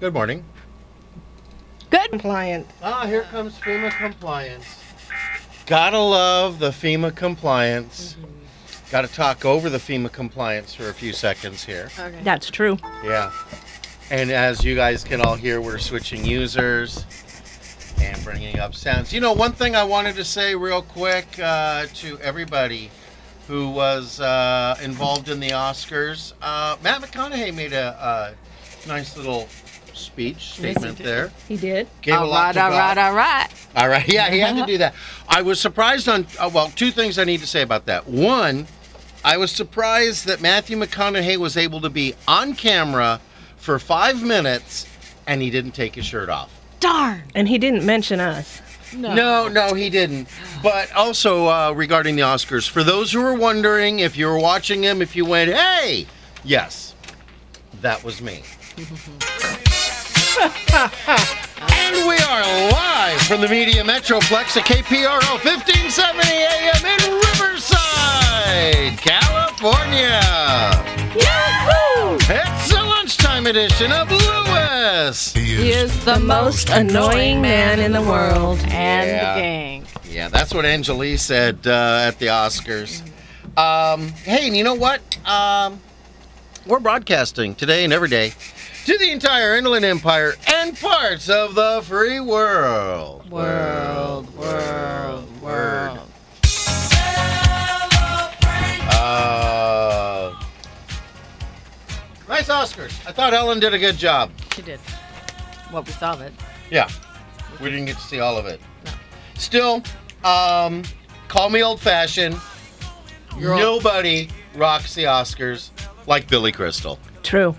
Good morning. Good. compliant. Ah, here comes FEMA compliance. Gotta love the FEMA compliance. Gotta talk over the FEMA compliance for a few seconds here. Okay. That's true. Yeah. And as you guys can all hear, we're switching users and bringing up sounds. You know, one thing I wanted to say real quick uh, to everybody who was uh, involved in the Oscars uh, Matt McConaughey made a, a nice little speech he statement did. Ah, there. He did. Gave a lot to all God. right, all right. All right. Yeah, he had to do that. I was surprised on, uh, well, two things I need to say about that. One, I was surprised that Matthew McConaughey was able to be on camera for five minutes and he didn't take his shirt off. Darn. And he didn't mention us. No, no, he didn't. But also uh, regarding the Oscars, for those who were wondering if you were watching him, if you went, hey, yes, that was me. and we are live from the Media Metroplex at KPRO 1570 AM in Riverside, California. It's the lunchtime edition of Lewis. He is the most annoying man in the world and Yeah. the gang. Yeah, that's what Angelique said uh, at the Oscars. Um, hey, and you know what? Um, we're broadcasting today and every day to the entire Inland Empire and parts of the free world. World, world, Word. world. Uh, nice Oscars. I thought Ellen did a good job. She did. Well, we saw it. Yeah, we didn't get to see all of it. No. Still, um, call me old fashioned. You're old. Nobody rocks the Oscars like Billy Crystal. True.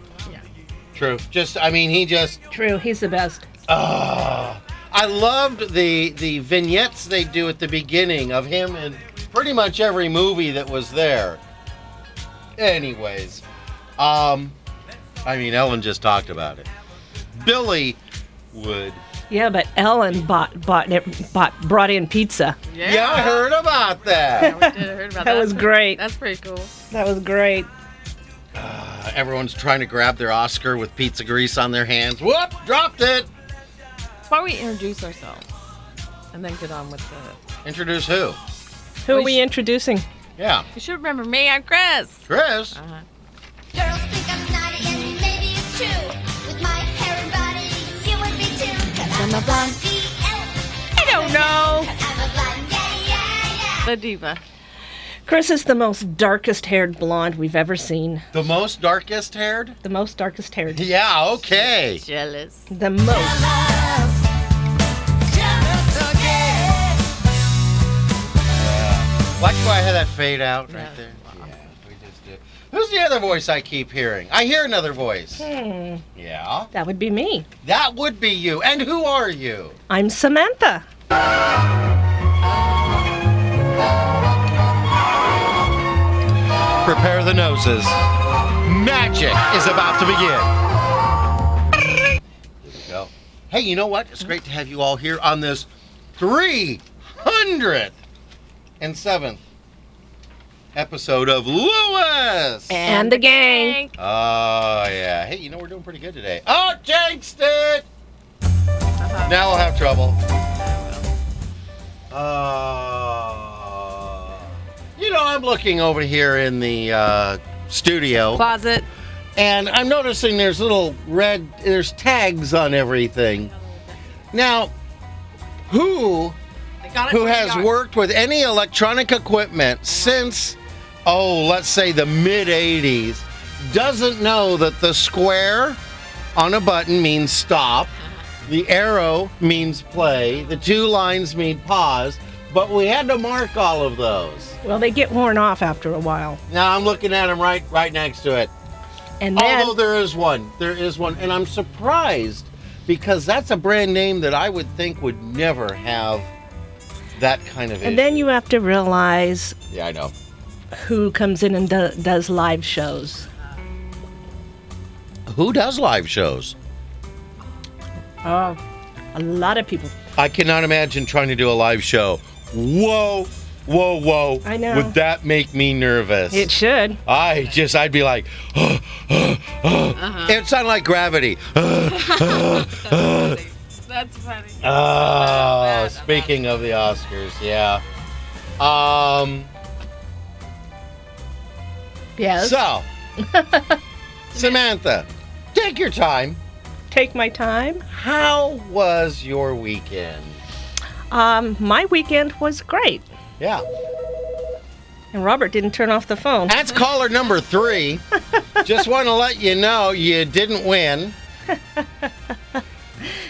True. Just, I mean, he just. True. He's the best. ah. I loved the the vignettes they do at the beginning of him in pretty much every movie that was there. Anyways, um, I mean, Ellen just talked about it. Billy would. Yeah, but Ellen bought bought it bought brought in pizza. Yeah, I heard about that. I did, I heard about that. That was great. That's pretty cool. That was great. Uh, everyone's trying to grab their Oscar with pizza grease on their hands. Whoop! Dropped it. Why don't we introduce ourselves and then get on with the. Introduce who? Who are We we introducing? Yeah, You should remember me. I'm Chris. Chris. Uh-huh. Girls think I'm snotty and maybe it's true. With my hair and body, you would be too. Cause I'm a blonde BL. I don't know. Cause I'm a blonde, yeah, yeah, yeah. The diva. Chris is the most darkest haired blonde we've ever seen. The most darkest haired? The most darkest haired. Yeah, okay. Jealous. The most. Love, just again. Like why I had that fade out right Yeah. there. Yeah, we just did. Who's the other voice I keep hearing? I hear another voice. Hmm. Yeah, That would be me. that would be you. And who are you? I'm Samantha. Prepare the noses. Magic is about to begin. There we go. Hey, you know what? It's great to have you all here on this 307th episode of Lewis. And the gang. Oh, yeah. Hey, you know, we're doing pretty good today. Oh, jinxed it! Now we'll have trouble. Uh, you know, I'm looking over here in the uh, studio, Closet. and I'm noticing there's little red, there's tags on everything. Now, who They got it who from has Yar- worked with any electronic equipment since, oh, let's say the mid 80s, doesn't know that the square on a button means stop, Uh-huh. the arrow means play, the two lines mean pause, but we had to mark all of those. Well, they get worn off after a while. Now I'm looking at them right right next to it. And then Although there is one, there is one, and I'm surprised because that's a brand name that I would think would never have that kind of and then issue. you have to realize yeah, I know. who comes in and do, does live shows. Who does live shows? Oh, a lot of people. I cannot imagine trying to do a live show. Whoa, whoa, whoa. I know. Would that make me nervous? It should. I just, I'd be like, Uh-huh. it sounded like gravity. Uh, That's funny. Oh, bad. speaking of the Oscars, yeah. Um, Yes. so, Samantha, take your time. Take my time. How was your weekend? Um, my weekend was great. Yeah. And Robert didn't turn off the phone. That's caller number three. Just want to let you know you didn't win. They're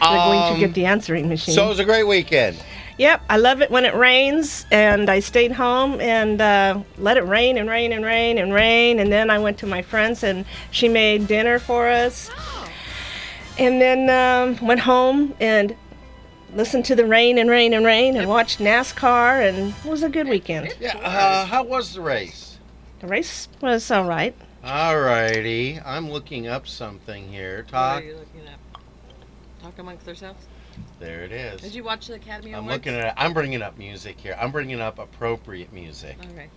going Um, to get the answering machine. so it was a great weekend. Yep, I love it when it rains, and I stayed home and uh, let it rain and rain and rain and rain, and then I went to my friend's and she made dinner for us, and then um, went home and listened to the rain and rain and rain and watched NASCAR, and it was a good weekend. Yeah. Uh, how was the race? The race was all right. Alrighty, I'm looking up something here. What are Talk. you looking at? Talk amongst yourselves. There it is. Did you watch the Academy I'm Awards? looking at. I'm bringing up music here. I'm bringing up appropriate music. Okay.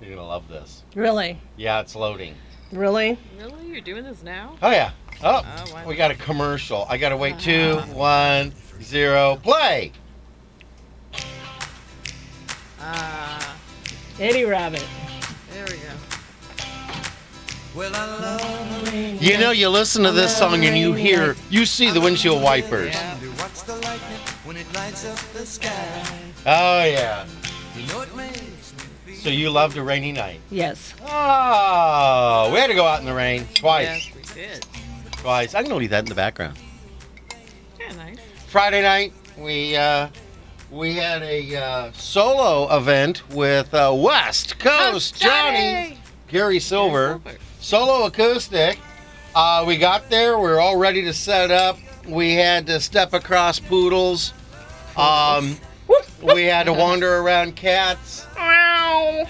You're gonna love this. Really? Yeah, it's loading. Really? Really? You're doing this now? Oh yeah. Oh, Oh, wow. we got a commercial. I gotta wait. Two, one, zero, play. Ah, Eddie Rabbit. there we go. Well, I love the rain. You know, you listen to this song and you hear, you see the windshield wipers. Yeah. You watch the lightning when it lights up the sky. Oh yeah. You know it makes me So feel. you loved a rainy night. Yes. Oh, we had to go out in the rain twice. Yes, we did. Twice. I'm gonna leave that in the background. Yeah, nice. Friday night, we uh, we had a uh, solo event with uh, West Coast Johnny, Gary Silver, solo acoustic. Uh, we got there. We were all ready to set up. We had to step across poodles. Um, we had to wander around cats. Meow.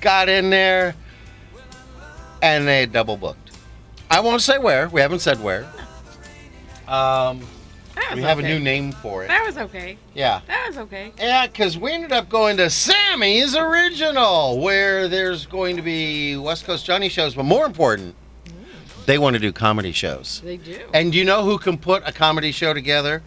Got in there, and they double booked. I won't say where. We haven't said where. Um, That was we have okay. a new name for it. That was okay. Yeah. That was okay. Yeah, because we ended up going to Sammy's Original, where there's going to be West Coast Johnny shows, but more important, they want to do comedy shows. They do. And you know who can put a comedy show together?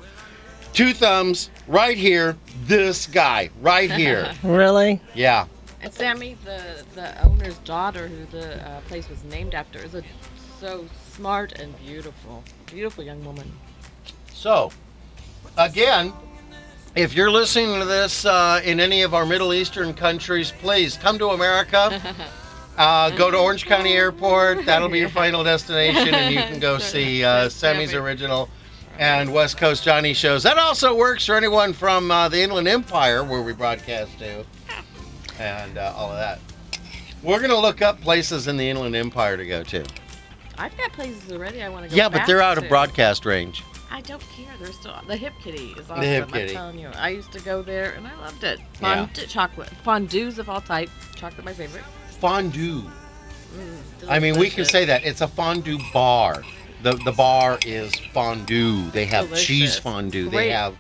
Two thumbs, right here, this guy, right here. Really? yeah. And Sammy, the the owner's daughter, who the uh, place was named after, is a so smart and beautiful, beautiful young woman. So, again, if you're listening to this uh, in any of our Middle Eastern countries, please come to America. Uh, go to Orange County Airport. That'll be your final destination, and you can go see uh, Sammy's original and West Coast Johnny shows. That also works for anyone from uh, the Inland Empire, where we broadcast to, and uh, all of that. We're gonna look up places in the Inland Empire to go to. I've got places already I want to go. Yeah, but back they're out of to. broadcast range. I don't care. They're still the Hip Kitty is awesome. Hip I'm Kitty. telling you, I used to go there and I loved it. Yeah. Fond chocolate, fondues of all type. Chocolate, my favorite. Fondue. Mm, I mean, we can delicious. say that it's a fondue bar. The the bar is fondue. They have Delicious. cheese fondue. They Great. have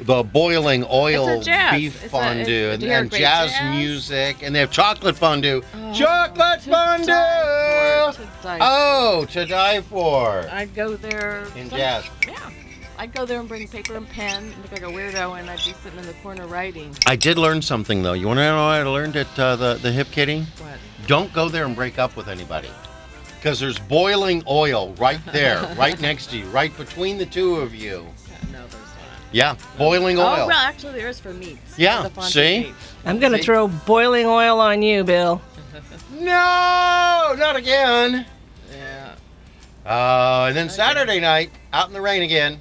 the boiling oil It's a jazz. beef It's a- fondue it's- and, do you hear and great jazz, jazz? Oh, music, and they have chocolate fondue. chocolate to die fondue. for, to die for. oh, to die for. I'd go there. In some- jazz. Yeah. I'd go there and bring paper and pen and look like a weirdo, and I'd be sitting in the corner writing. I did learn something though. You want to know what I learned at uh, the the hip kitty? What? Don't go there and break up with anybody. Because there's boiling oil right there, right next to you, right between the two of you. No, there's not. Yeah, boiling oil. Oh, well, actually, there is for meats. Yeah, The fondue see? meats. I'm going to See? throw boiling oil on you, Bill. No, not again. Yeah. Uh, and then Saturday night, out in the rain again.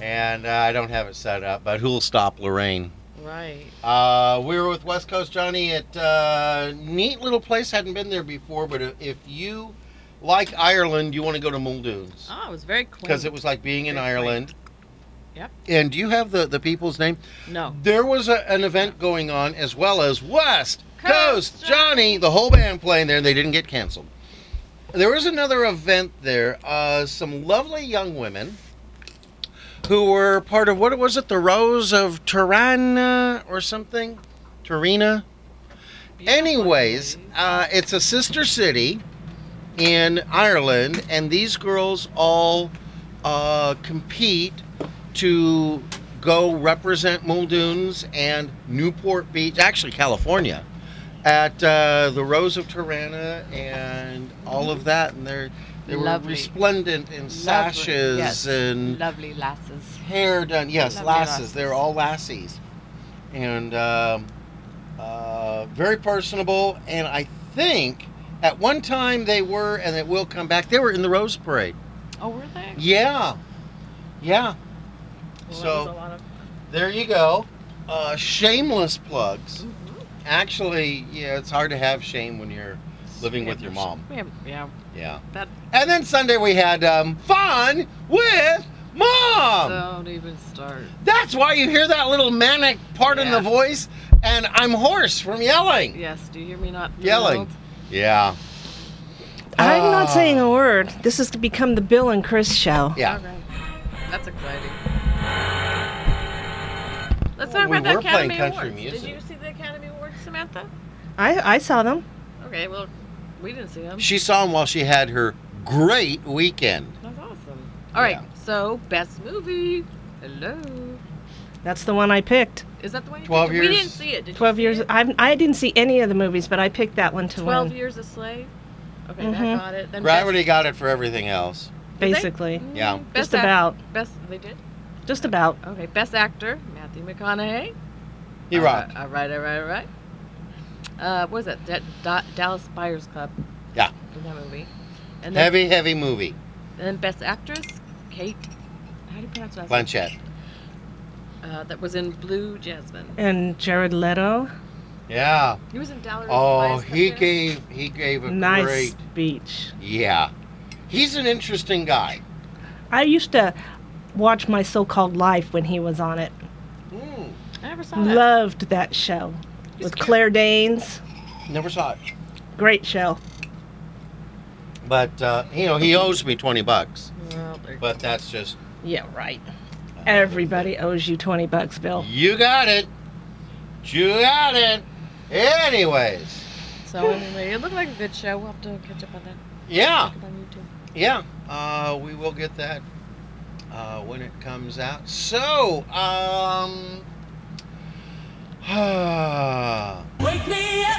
And uh, I don't have it set up, but who'll stop Lorraine? Right. Uh, we were with West Coast Johnny at uh, neat little place. Hadn't been there before, but if- if you like Ireland, you want to go to Muldoon's Oh, it was very clean. because it was like being in Very Ireland. Yep. And do you have the the people's name? No. There was a, an event going on as well as West Coast, Coast Johnny, the whole band playing there, and they didn't get canceled. There was another event there, uh, some lovely young women who were part of what was it, the Rose of Tirana or something, Turina. Anyways, uh, it's a sister city in Ireland, and these girls all uh, compete to go represent Muldoon's and Newport Beach, actually California, at uh, the Rose of Tirana and all of that, and they're. They were Lovely. resplendent in sashes yes. and Lovely lasses. hair done. Yes, Lovely lasses. lasses. They're all lassies, and um, uh, very personable. And I think at one time they were, and it will come back. They were in the Rose Parade. Oh, were they? Yeah, yeah. Well, that was a so lot of- there you go. Uh, shameless plugs. mm-hmm. Actually, yeah, it's hard to have shame when you're living with your mom. We have- yeah, Yeah. that And then Sunday we had um, fun with mom. don't even start. That's why you hear that little manic part in Yeah. the voice, and I'm hoarse from yelling. Yes, do you hear me not? Yelling. thrilled? Yeah. I'm not Ah. saying a word. This has become the Bill and Chris show. Yeah. Okay. That's exciting. Let's Well, talk we about the were playing Academy country Awards. music. Did you see the Academy Awards, Samantha? I, I saw them. Okay, well, we didn't see them. She saw him while she had her great weekend. That's awesome. All right, Yeah. so best movie. Hello. That's the one I picked. Is that the one you 12 picked? We years. didn't see it. Did you 12 see years. it? I, I didn't see any of the movies, but I picked that one to 12 win, years a slave. Okay, Mhm. that got it. Then Gravity got it for everything else. they? basically. Best, Yeah. Mm, Just best act- about. Best they did. Just about. Okay, best actor Matthew McConaughey. He all rocked. right, All right, all right, all right. Uh, what is that? Da- da- Dallas Buyers Club. Yeah. In that movie. And then, Heavy, heavy movie. and then best actress Kate. How do you pronounce that? Blanchett. Uh, that was in Blue Jasmine. And Jared Leto, Yeah. He was in Dallas. Oh, Buyers Club, he too. gave he gave a nice great. speech. Yeah. He's an interesting guy. I used to watch My So Called Life when he was on it. Mm, I never saw that. Loved that show with Claire Danes. never saw it. Great show. But uh, you know, he owes me twenty bucks. Well, there- But that's just Yeah, right. Everybody owes you 20 bucks, Bill. You got it. You got it. Anyways, so anyway, it looked like a good show. We'll have to catch up on that. yeah, Look up on YouTube. yeah. Uh, we will get that uh, when it comes out. So, um, Wake me up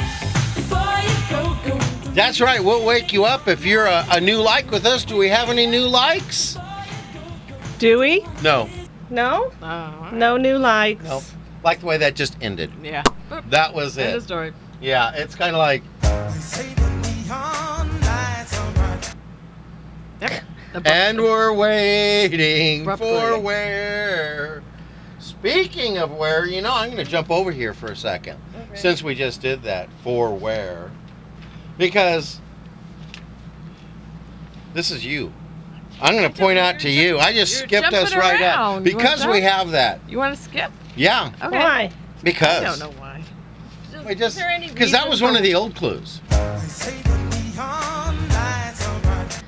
before you go, go. that's right. We'll wake you up if you're a, a new like with us. Do we have any new likes? Do we? No, No? Oh, all right. No new likes. no. Like the way that just ended. Yeah. That was End of it. story. Yeah, it's kind of like, They say the neon lights are bright. and we're waiting Abruptly. for where. Speaking of where, you know, I'm going to jump over here for a second. since we just did that for where because this is you i'm going to point out to you i just You're skipped us jumping right up around. You because wanna we jump? have that you want to skip? yeah Okay. Why? because I don't know why. we Is just there any because that reason was one for- of the old clues They say the neon lights are bright.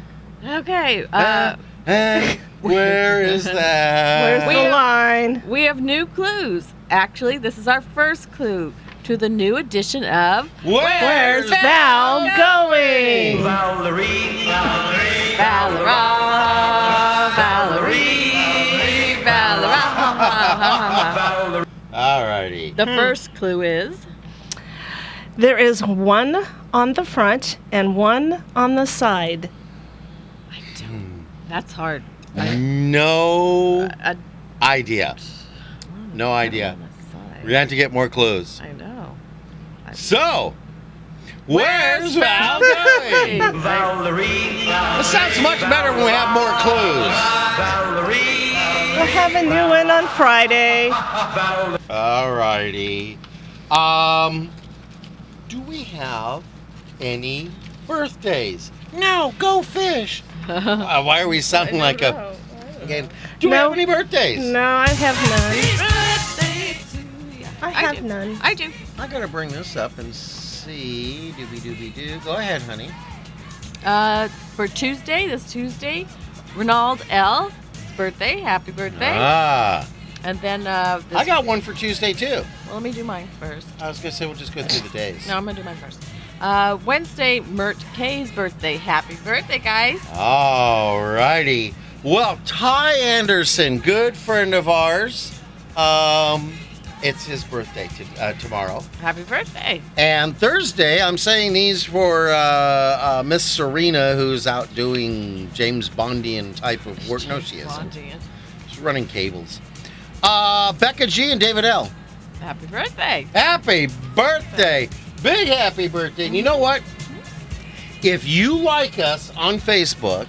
Okay. Uh, and where is that Where's we- the line? we have new clues. Actually, this is our first clue to the new edition of where's, Where's Val going? Valera, Valerie, Valera. all righty the first clue is There is one on the front and one on the side. I Hmm. don't. That's hard. no I, idea no idea we have to get more clues I know. So, where's Val going? This sounds much better when we have more clues. We'll have a new one on Friday. Alrighty. Um, do we have any birthdays? No, go fish. Uh, why are we sounding like a? Again, do we No. have any birthdays? No, I have none. I I have do. none. I do. I gotta bring this up and see. Doobie doobie doo. Go ahead, honey. Uh, for Tuesday, this Tuesday, Ronald L. birthday, happy birthday. Ah, and then uh, this, I got one for Tuesday too. Well, let me do mine first. I was gonna say we'll just go through the days. No, I'm gonna do mine first. Uh, Wednesday, Mert K's birthday. Happy birthday, guys! All righty. Well, Ty Anderson, good friend of ours. Um, it's his birthday to, uh, tomorrow. Happy birthday! And Thursday, I'm saying these for uh, uh, Miss Serena, who's out doing James Bondian type of work. No, she isn't. Blondie. She's running cables. Uh, Becca G and David L. Happy birthday! Happy birthday! Big happy birthday. And you know what? If you like us on Facebook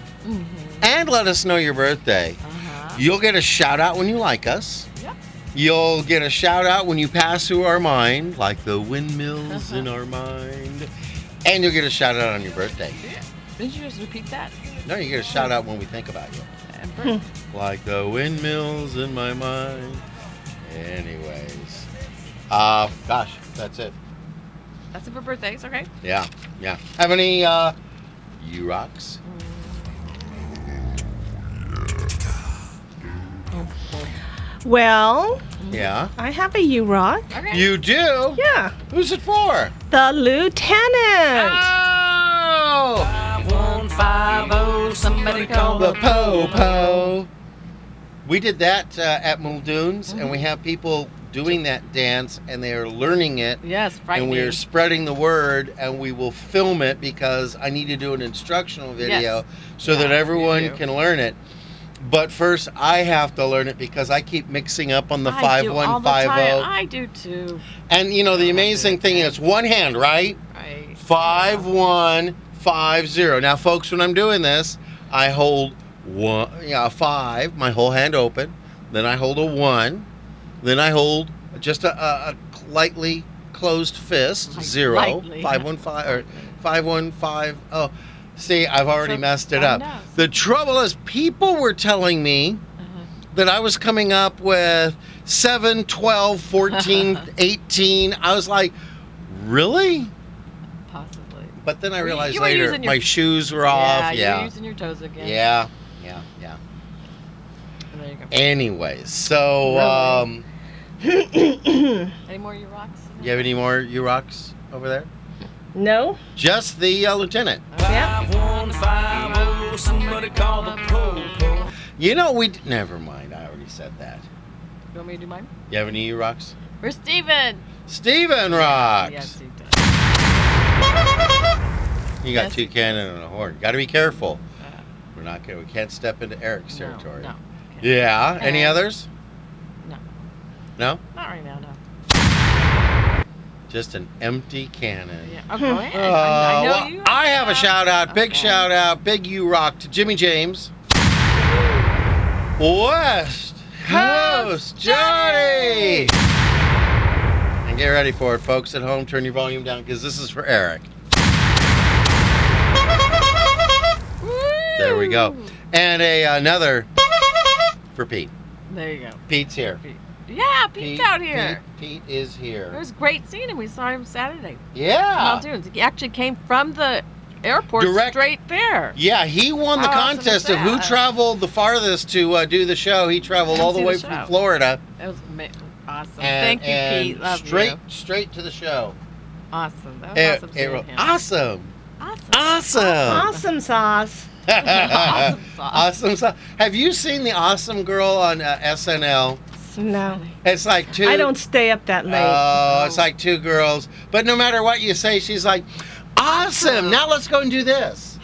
and let us know your birthday, Uh-huh. you'll get a shout out when you like us. Yep. You'll get a shout out when you pass through our mind, like the windmills in our mind. And you'll get a shout out on your birthday. Didn't you just repeat that? No, you get a shout out when we think about you. And birth- Like the windmills in my mind. Anyways. Uh, gosh, that's it. Hmm. That's it for birthdays, okay? Yeah, yeah. Have any uh U rocks? Well, Yeah. I have a U Rock. Okay. You do? Yeah, Who's it for? the lieutenant. Oh somebody call the Po Po. We did that uh, at Muldoon's and we Mm-hmm. have people doing that dance and they are learning it. Yes, Friday. And we are spreading the word, and we will film it because I need to do an instructional video Yes. so that Yeah, you everyone do. can learn it. But first, I have to learn it because I keep mixing up on the I do all the time. 5150. I do too. oh. And you know the amazing thing is one hand, right? Right. Five one five zero. Now, folks, when I'm doing this, I hold one, yeah, a five, my whole hand open. Then I hold a one. Then I hold just a, a, a lightly closed fist, Like zero, lightly. five one five or five one five. Oh, see, I've already So- messed it I up. know. The trouble is, people were telling me Uh-huh. that I was coming up with 7, 12, 14, 18. I was like, really? Possibly. But then I You- realized you were later using your- my shoes were off. Yeah, you're Yeah. using your toes again. Yeah. Yeah. Yeah. And there you go. Anyways, so um, Any more you rocks? in you have any more U Rocks over there? No, Just the uh, Lieutenant. yeah, somebody call the po-po. You know, we. D- Never mind. I already said that. there? You want me to do mine? You have any U Rocks? For Steven! Steven Rocks. Yes, he does. You got Yes. two cannon and a horn. Got to be careful. Uh, We're not gonna. We can't step into Eric's territory. No, no. Yeah. Any Uh, others? no. No? Not right now, no. Just an empty cannon. Yeah. Oh, go ahead. Uh, I, I know well, you. I have a shout out, big Okay. shout out, big U Rock to Jimmy James. West Coast Johnny! And get ready for it, folks at home. Turn your volume down because this is for Eric. There we go. And a, another for Pete. There you go. Pete's here. Yeah, Pete- Pete's out here. Pete, Pete is here. It was great seeing him. We saw him Saturday. yeah. Mount Dunes. He actually came from the airport Direct- straight there. Yeah, he won the How awesome contest is of who that? traveled the farthest to uh, do the show. He traveled all the See the way show. from Florida That was ama- awesome. and, Thank you, and Pete. Love straight you. straight to the show. Awesome. That was It- awesome it seeing was him. awesome, awesome. awesome, awesome sauce. awesome. Awesome sauce. awesome. So, have you seen the awesome girl on uh, SNL? No, It's like two. I don't stay up that late. Oh, it's like two girls. But no matter what you say, she's like, awesome. Now let's go and do this.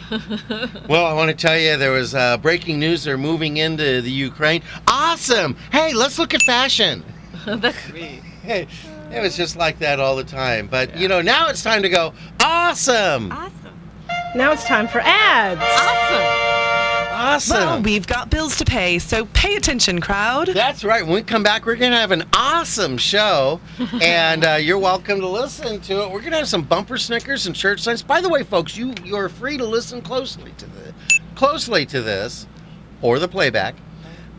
well, I want to tell you there was uh, breaking news. They're moving into the Ukraine. Awesome. Hey, let's look at fashion. Ah. That's me. Hey, it was just like that all the time. But you know, now it's time to go. Awesome. Awesome. now it's time for ads. Awesome. Well, Awesome. we've got bills to pay, so pay attention, crowd. That's right. When we come back, we're going to have an awesome show, and uh, you're welcome to listen to it. We're going to have some bumper snickers and church signs. By the way, folks, you you're free to listen closely to the closely to this or the playback,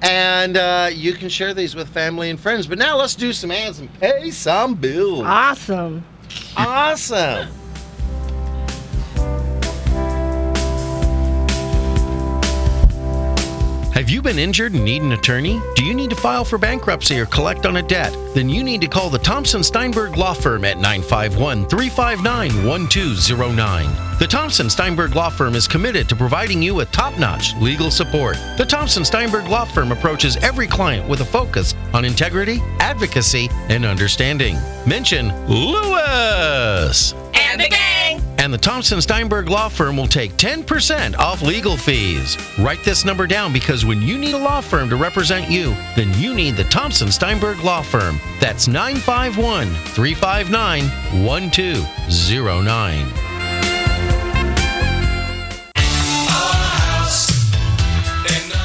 and uh, you can share these with family and friends. But now let's do some ads and pay some bills. Ah. Awesome. Awesome. Have you been injured and need an attorney? Do you need to file for bankruptcy or collect on a debt? Then you need to call the Thompson Steinberg Law Firm at 951 359 1209. The Thompson Steinberg Law Firm is committed to providing you with top notch legal support. The Thompson Steinberg Law Firm approaches every client with a focus on integrity, advocacy, and understanding. Mention Lewis! And the gang. And the Thompson Steinberg Law Firm will take 10% off legal fees. Write this number down because when you need a law firm to represent you, then you need the Thompson Steinberg Law Firm. That's 951 359 1209.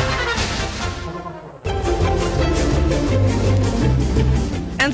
And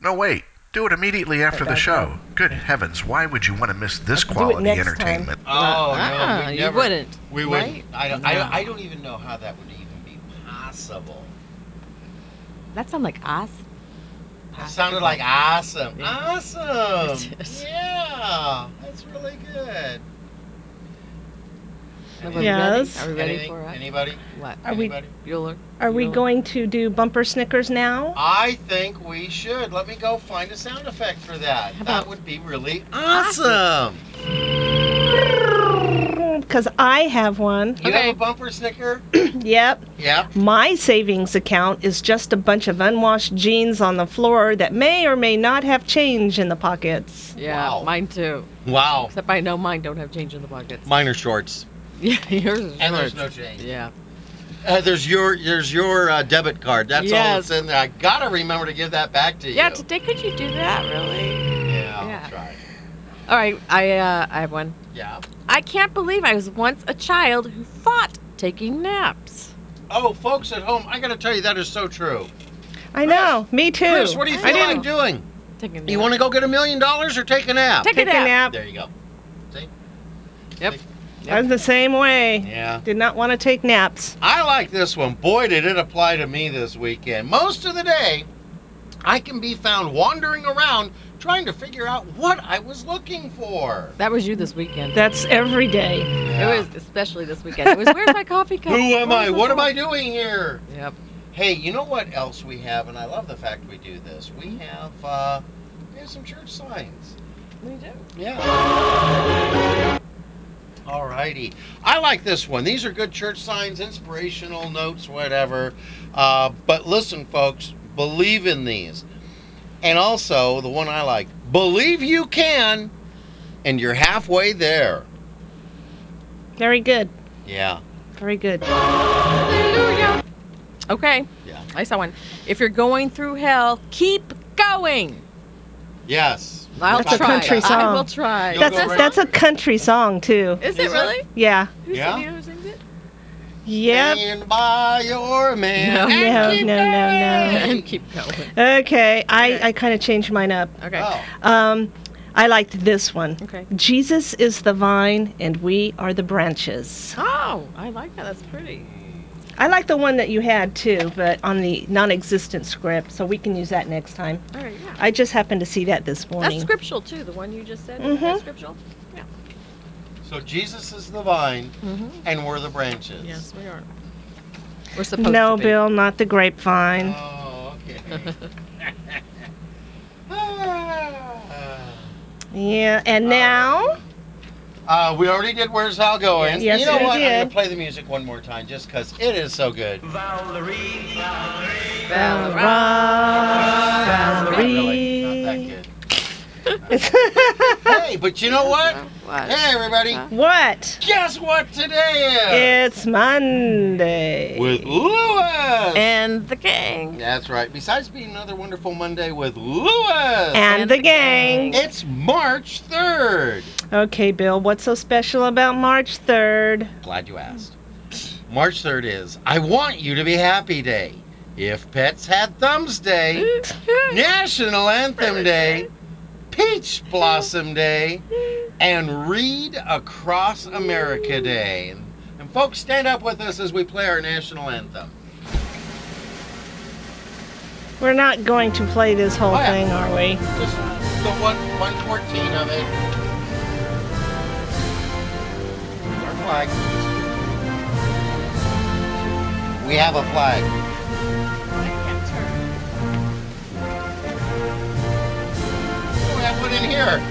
No, wait. Do it immediately after the show. Good heavens, why would you want to miss this do it quality next entertainment? Oh, Ah, no, we you never- wouldn't, We wouldn't. right? I, don't, I, don't, No. I don't even know how that would even be possible. That sounds like us. It sounded like awesome. Awesome. Yes. Yeah. That's really good. Are we Yes. ready? Are we ready Anything- for it? Anybody? What? Are we- Anybody? Bueller. Are we Bueller. going to do bumper Snickers now? I think we should. Let me go find a sound effect for that. That about- would be really awesome. Because I have one. You Okay. have a bumper snicker? Yep. yeah. My savings account is just a bunch of unwashed jeans on the floor that may or may not have change in the pockets. Yeah, Wow. mine too. Wow. Except I know mine don't have change in the pockets. Minor shorts. yeah, yours is And there's shorts. no change. Yeah. Uh, there's your there's your uh, debit card. That's all Yes. that's in there. I gotta remember to give that back to you. Yeah, today could you do that, really? yeah, I'll yeah. try. All right, I uh, I have one. Yeah. I can't believe I was once a child who fought taking naps. Oh, folks at home, I gotta tell you that is so true. I know. Me too. Chris, what do you feel I like didn't- doing? Taking You want to go get a million dollars or take a nap? Take a Take a nap. There you go. See? I'm the same way. Yeah. Did not want to take naps. I like this one. Boy, did it apply to me this weekend. Most of the day, I can be found wandering around trying to figure out what I was looking for. That was you this weekend. That's every day. Yeah. It was especially this weekend. It was where's my coffee cup? Who am I? Where's my What am I coffee- doing here? Yep. Hey, you know what else we have? And I love the fact we do this. We have uh, we have some church signs. We do. Yeah. Alrighty. I like this one. These are good church signs, inspirational notes, whatever. Uh, but listen, folks, believe in these. And also, the one I like believe you can and you're halfway there. Very good. Yeah. Very good. Okay. Yeah. I saw one. If you're going through hell, keep going. Yes. I'll That's a try. country I song. will try. You'll That's go right- that's a country song too. Is it really? Yeah. Who's Yeah. the who sings it? Yep. Stand by your man. No. No, no, no, And keep going. no. Okay, I, I kind of changed mine up. Okay. Oh. Um, I liked this one. Okay. Jesus is the vine and we are the branches. Oh, I like that. That's pretty. I like the one that you had too, but on the non existent script, so we can use that next time. All right. Yeah. I just happened to see that this That's morning. scriptural too. The one you just said. Mhm. That's scriptural. Yeah. So Jesus is the vine, Mm-hmm. and we're the branches. Yes, we are. We're supposed No, to be. Bill, not the grapevine. Oh, okay. Ah. Yeah, and now Uh, we already did Where's Hal Going? Yes, you know we what? I'm going did. to play the music one more time just because it is so good. Really, not that Valerie. good. hey, but you know what? Hey, everybody. what? Guess what today It's Monday. is? With Lewis. And the gang. That's right. Besides being another wonderful Monday with Lewis, and, the gang. it's March 3rd. Okay, Bill, what's so special about March 3rd? Glad you asked. March 3rd is I Want You to Be Happy Day. If Pets Had Thumbs Day. National Anthem Day, Peach Blossom Day, and Read Across America Day. And folks, stand up with us as we play our national anthem. We're not going to play this whole Oh, yeah. thing, are we? Just the one, 114 of it. Our flag. We have a flag. Oh, we have one in here.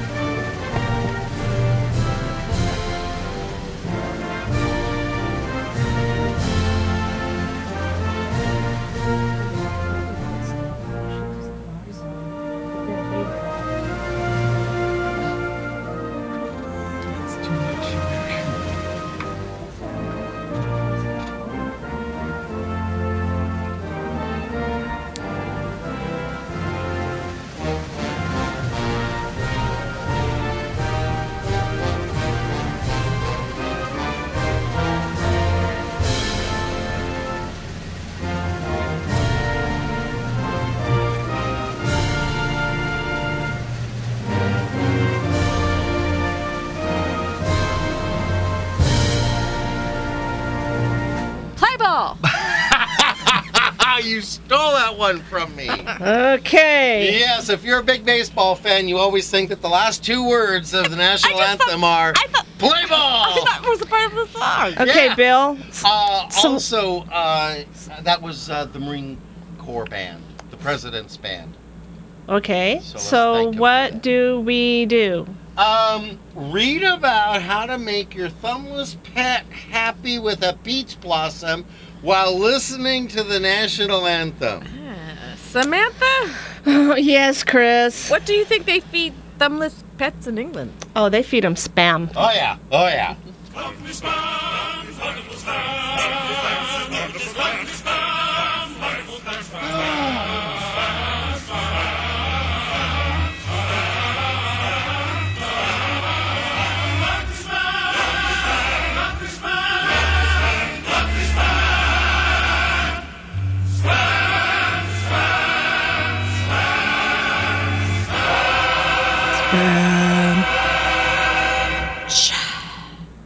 Play ball. Ah, you stole that one from me. Okay. Yes, if you're a big baseball fan, you always think that the last two words of the national I just anthem are I thought play ball. that was a part of the song. Okay, Yeah. Bill. Uh, So- also, uh, that was uh, the Marine Corps band, the President's band. Okay. So So, let's thank him for that. what do we do? Um, read about how to make your thumbless pet happy with a peach blossom while listening to the national anthem. Samantha, Oh, yes, Chris. what do you think they feed thumbless pets in England? Oh, they feed them spam. Oh yeah, oh yeah.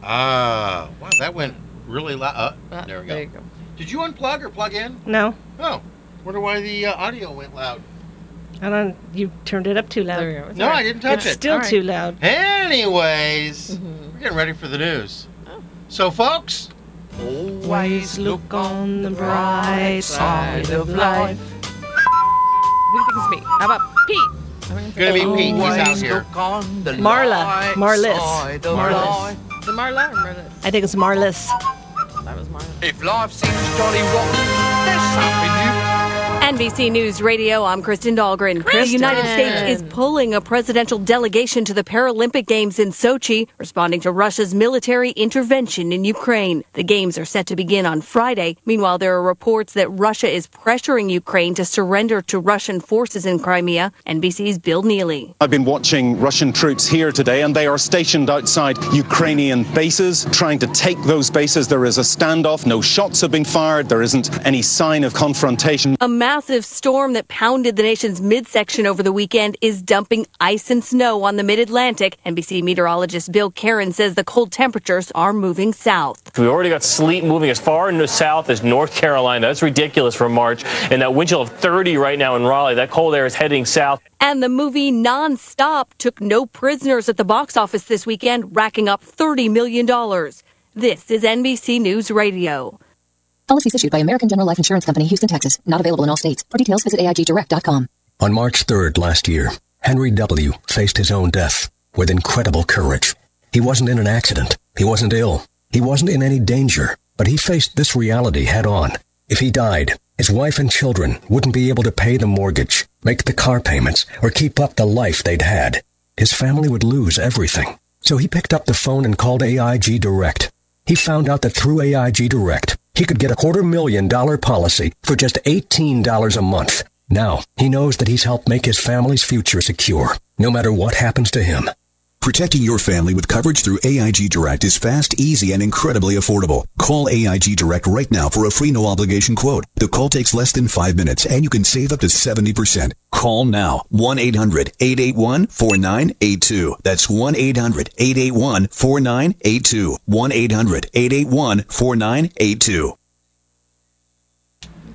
Ah, wow, that went really loud. Uh, there we go. Ah, go. Did you unplug or plug in? No, Oh, wonder why the uh, audio went loud. I don't. You turned it up too loud. There we go. It's No, all right. I didn't touch it. It's still All right. too loud. Anyways, Mhm. we're getting ready for the news. Oh. So, folks, Always look on the bright side of life. Who thinks me? How about Pete? I'm gonna gonna be Pete. He's out here. Marla. Marlis. Marlis. The Marla or Marlis? I think it's Marlis. That was Marla. If life seems jolly rotten, there's something new. And NBC News Radio, I'm Kristen Dahlgren. The United States is pulling a presidential delegation to the Paralympic Games in Sochi, responding to Russia's military intervention in Ukraine. The games are set to begin on Friday. Meanwhile, there are reports that Russia is pressuring Ukraine to surrender to Russian forces in Crimea. NBC's Bill Neely. I've been watching Russian troops here today, and they are stationed outside Ukrainian bases, trying to take those bases. There is a standoff. No shots have been fired. There isn't any sign of confrontation. A massive storm that pounded the nation's midsection over the weekend is dumping ice and snow on the mid Atlantic. NBC meteorologist Bill Karen says the cold temperatures are moving south. We've already got sleet moving as far into the south as North Carolina. That's ridiculous for March. And that wind chill of 30 right now in Raleigh, that cold air is heading south. And the movie Nonstop took no prisoners at the box office this weekend, racking up $30 million. This is NBC News Radio. Policies issued by American General Life Insurance Company, Houston, Texas. Not available in all states. For details, visit AIGdirect.com. On March 3rd last year, Henry W. faced his own death with incredible courage. He wasn't in an accident. He wasn't ill. He wasn't in any danger, but he faced this reality head on. If he died, his wife and children wouldn't be able to pay the mortgage, make the car payments, or keep up the life they'd had. His family would lose everything. So he picked up the phone and called AIG Direct. He found out that through AIG Direct, he could get a quarter million dollar policy for just $18 a month. Now, he knows that he's helped make his family's future secure, no matter what happens to him. Protecting your family with coverage through AIG Direct is fast, easy, and incredibly affordable. Call AIG Direct right now for a free no obligation quote. The call takes less than five minutes and you can save up to 70%. Call now 1 800 881 4982. That's 1 800 881 4982. 1 800 881 4982.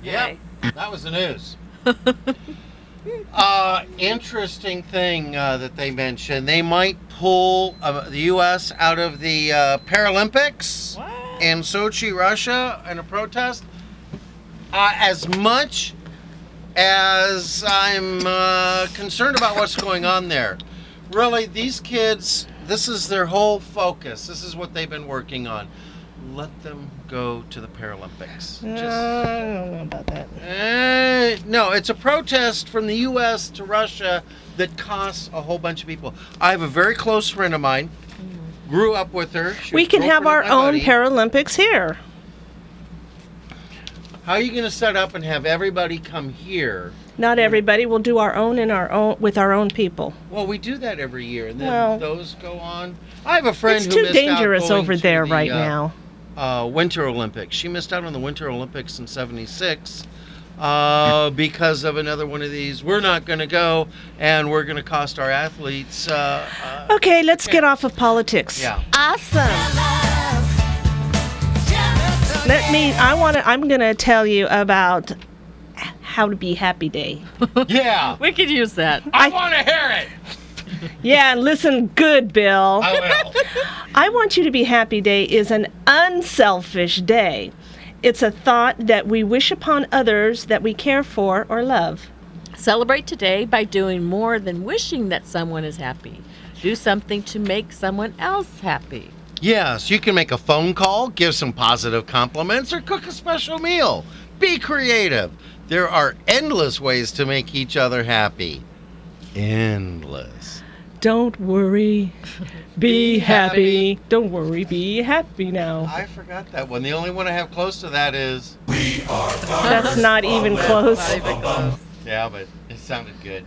Yeah, that was the news. uh, interesting thing uh, that they mentioned. They might pull uh, the U.S. out of the uh, Paralympics in Sochi, Russia, in a protest. Uh, as much as I'm uh, concerned about what's going on there, really, these kids, this is their whole focus. This is what they've been working on. Let them go to the Paralympics. Uh, I don't know about that. Eh, no, it's a protest from the U.S. to Russia that costs a whole bunch of people. I have a very close friend of mine, grew up with her. She we was can have girlfriend of our my own buddy. Paralympics here. How are you going to set up and have everybody come here? Not everybody. We'll do our own in our own with our own people. Well, we do that every year, and then Well. those go on. I have a friend It's who too missed out dangerous going over to there the, right uh, now. uh, Winter Olympics. She missed out on the Winter Olympics in '76 uh, because of another one of these. We're not going to go, and we're going to cost our athletes. Uh, uh, Okay, let's get off of politics. Yeah. Awesome. Let me. I want to. I'm going to tell you about how to be happy day. yeah. We could use that. I want to hear it. Yeah, and listen good, Bill. I will. I Want You to Be Happy Day is an unselfish day. It's a thought that we wish upon others that we care for or love. Celebrate today by doing more than wishing that someone is happy. Do something to make someone else happy. Yes, you can make a phone call, give some positive compliments, or cook a special meal. Be creative. There are endless ways to make each other happy. Endless. Don't worry, be happy. Don't worry, be happy now. I forgot that one. The only one I have close to that is. We are. Oh, That's not even close. Yeah, but it sounded good.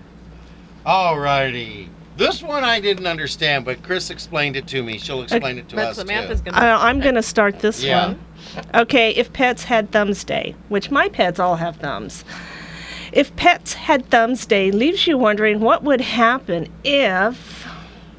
Alrighty. This one I didn't understand, but Chris explained it to me. She'll explain it to but us. Samantha's too. gonna. Uh, I'm going to start this Yeah. one. Okay, if pets had thumbs day, which my pets all have thumbs. If pets had thumbs day leaves you wondering what would happen if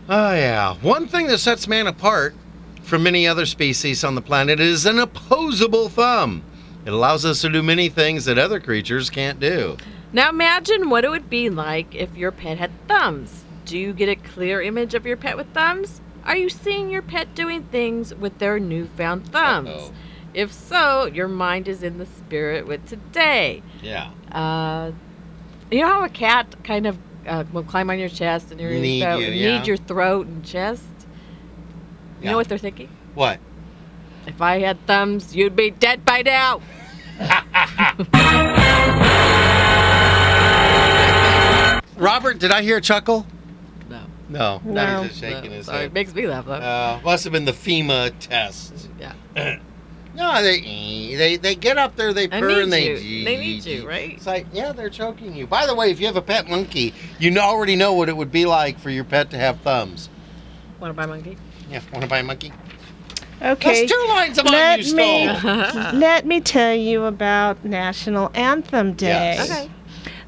Oh, yeah. One thing that sets man apart from many other species on the planet is an opposable thumb. It allows us to do many things that other creatures can't do. Now imagine what it would be like if your pet had thumbs. Do you get a clear image of your pet with thumbs? Are you seeing your pet doing things with their newfound thumbs? If so, your mind is in the spirit with today. Yeah. Uh, you know how a cat kind of uh, will climb on your chest and your Need throat, you, need yeah. your throat and chest. You Yeah. know what they're thinking? What? If I had thumbs, you'd be dead by now. Robert, did I hear a chuckle? No. No. No, No. he's just shaking No, his sorry, head. it makes me laugh, though. Uh, must have been the FEMA test. Yeah. no, they they they get up there, they I purr, need and they you. They need you, right? It's like, yeah, they're choking you. By the way, if you have a pet monkey, you kn- already know what it would be like for your pet to have thumbs. Want to buy monkey? Yeah, want to buy a monkey? Okay. That's two lines of mine let you me, stole. let me tell you about National Anthem Day. Yes. Okay.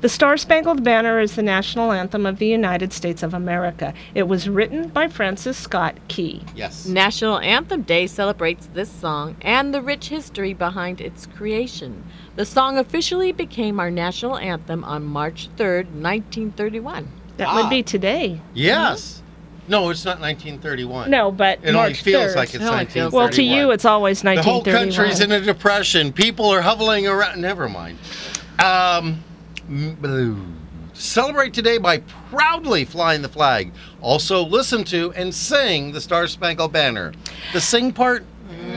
The Star Spangled Banner is the national anthem of the United States of America. It was written by Francis Scott Key. Yes. National Anthem Day celebrates this song and the rich history behind its creation. The song officially became our national anthem on March 3rd, 1931. That would Ah. be today. Yes. No, it's not 1931. No, but it only March feels 3rd. like it's Well, to you, 1931. it's always The whole 1931. country's in a depression. People are hoveling around. Never mind. Um, mm, blue. Celebrate today by proudly flying the flag. Also, listen to and sing the Star Spangled Banner. The sing part,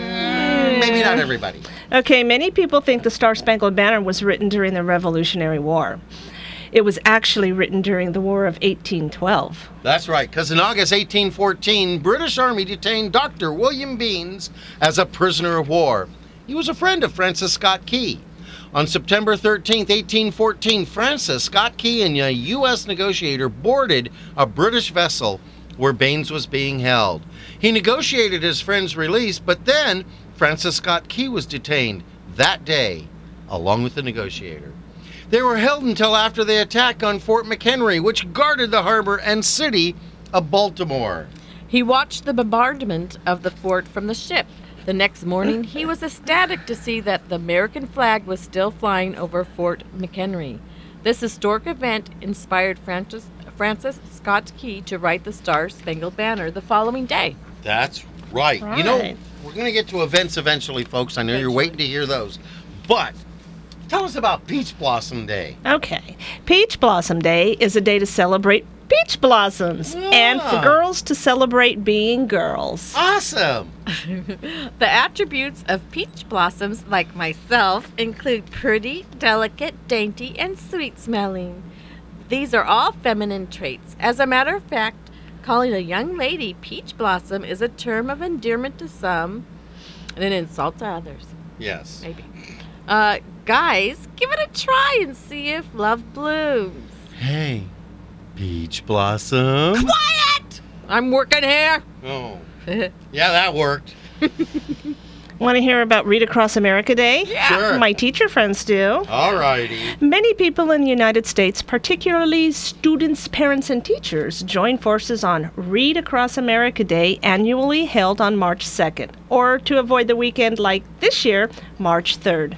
mm, maybe not everybody. Okay, many people think the Star Spangled Banner was written during the Revolutionary War. It was actually written during the War of 1812. That's right, because in August 1814, British Army detained Dr. William Beans as a prisoner of war. He was a friend of Francis Scott Key. On September 13, 1814, Francis Scott Key and a U.S. negotiator boarded a British vessel where Baines was being held. He negotiated his friend's release, but then Francis Scott Key was detained that day along with the negotiator. They were held until after the attack on Fort McHenry, which guarded the harbor and city of Baltimore. He watched the bombardment of the fort from the ship. The next morning, he was ecstatic to see that the American flag was still flying over Fort McHenry. This historic event inspired Francis, Francis Scott Key to write the Star Spangled Banner the following day. That's right. You know, Right. we're going to get to events eventually, folks. I know you're waiting to hear those. But tell us about Peach Blossom Day. Okay. Peach Blossom Day is a day to celebrate peach blossoms and for Yeah. girls to celebrate being girls. Awesome. The attributes of peach blossoms, like myself, include pretty, delicate, dainty, and sweet smelling. These are all feminine traits. As a matter of fact, calling a young lady peach blossom is a term of endearment to some and an insult to others. Yes. Maybe. Uh, guys, give it a try and see if love blooms. Hey, Peach Blossom. Quiet! I'm working here. Oh. Yeah, that worked. Want to hear about Read Across America Day? Yeah. Sure. My teacher friends do. All righty. Many people in the United States, particularly students, parents, and teachers, join forces on Read Across America Day, annually held on March 2nd, or to avoid the weekend like this year, March 3rd.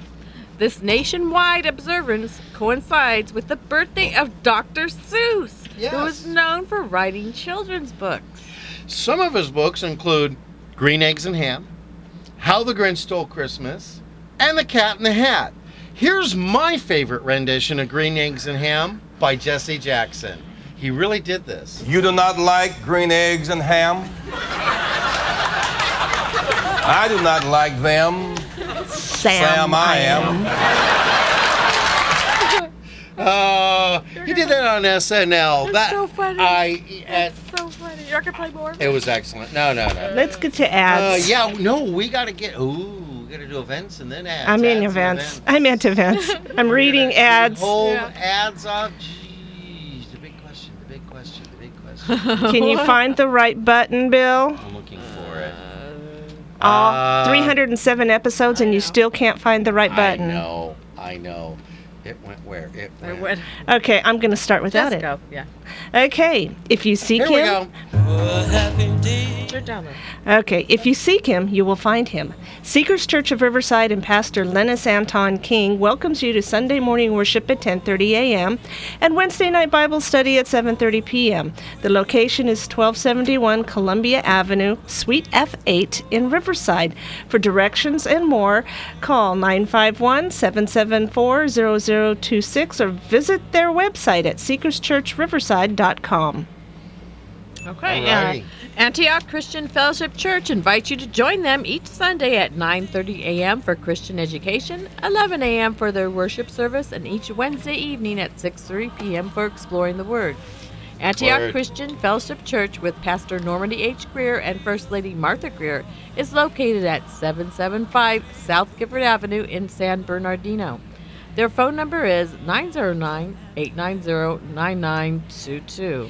This nationwide observance coincides with the birthday of Dr. Seuss, who is known for writing children's books. Some of his books include Green Eggs and Ham, How the Grinch Stole Christmas, and The Cat in the Hat. Here's my favorite rendition of Green Eggs and Ham by Jesse Jackson. He really did this. You do not like green eggs and ham. I do not like them. Sam, I am. Oh, Uh, he did that on SNL. That so funny. I E That's so funny. You're not gonna play more? it was excellent. No, no, no. Let's get to Uh, ads. yeah, no, we gotta get. Ooh, we gotta do events and then ads. I'm in ads and events. I meant events. I'm reading ads. Hold ads up. Jeez, the big question. The big question. The big question. Can you find the right button, Bill? I'm looking for it. All Uh, 307 episodes, and you still can't find the right I button. know. I know. It went where? It went. Okay, I'm going to start without it. Yeah. Okay, if you seek Here we him. You're down there. Okay, if you seek him, you will find him. Seekers Church of Riverside and Pastor Lennis Anton King welcomes you to Sunday morning worship at 10:30 a.m. and Wednesday night Bible study at 7:30 p.m. The location is 1271 Columbia Avenue, Suite F8 in Riverside. For directions and more, call 951-774-0026 or visit their website at seekerschurchriverside.com. Okay, yeah. Alrighty. Antioch Christian Fellowship Church invites you to join them each Sunday at 9:30 a.m. for Christian education, 11 a.m. for their worship service, and each Wednesday evening at 6:30 p.m. for exploring the Word. Antioch Word. Christian Fellowship Church with Pastor Normandy H. Greer and First Lady Martha Greer is located at 775 South Gifford Avenue in San Bernardino. Their phone number is 909 890 9922.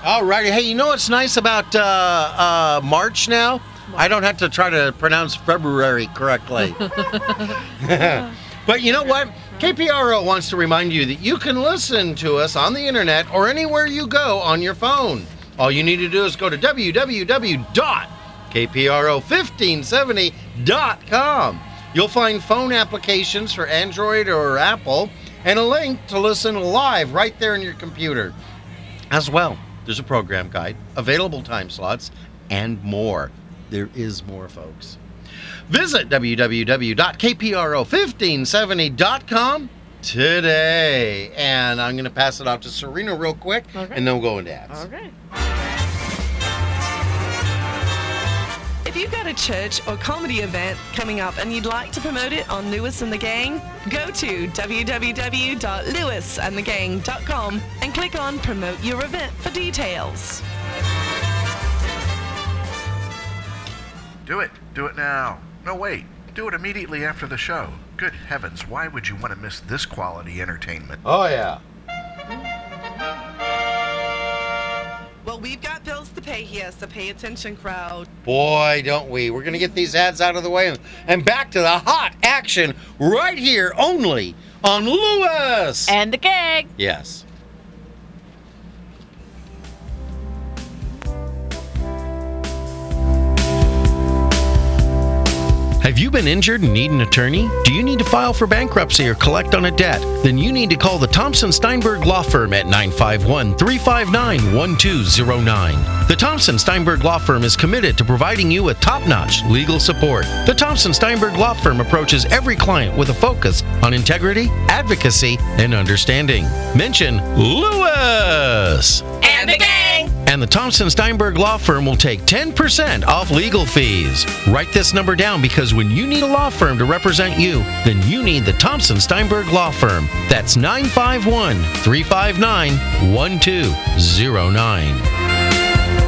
Alrighty. Hey, you know what's nice about uh, uh, March now? I don't have to try to pronounce February correctly. but you know what? KPRO wants to remind you that you can listen to us on the internet or anywhere you go on your phone. All you need to do is go to www.kpro1570.com. You'll find phone applications for Android or Apple and a link to listen live right there in your computer. As well, there's a program guide, available time slots, and more. There is more, folks. Visit www.kpro1570.com today. And I'm going to pass it off to Serena real quick, and then we'll go into ads. Okay. If you've got a church or comedy event coming up and you'd like to promote it on Lewis and the Gang, go to www.lewisandthegang.com and click on Promote Your Event for details. Do it. Do it now. No, wait. Do it immediately after the show. Good heavens, why would you want to miss this quality entertainment? Oh, yeah. Well, we've got bills to pay here, so pay attention, crowd. Boy, don't we. We're going to get these ads out of the way and, and back to the hot action right here only on Lewis. And the gang. Yes. Have you been injured and need an attorney? Do you need to file for bankruptcy or collect on a debt? Then you need to call the Thompson Steinberg Law Firm at 951 359 1209. The Thompson Steinberg Law Firm is committed to providing you with top notch legal support. The Thompson Steinberg Law Firm approaches every client with a focus on integrity, advocacy, and understanding. Mention Lewis! And the gang! And the Thompson Steinberg Law Firm will take 10% off legal fees. Write this number down because when you need a law firm to represent you, then you need the Thompson Steinberg Law Firm. That's 951 359 1209.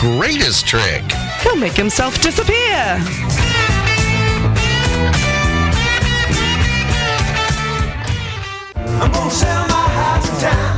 greatest trick. He'll make himself disappear. I'm gonna sell my house in town.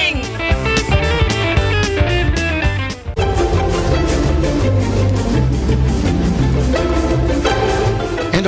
And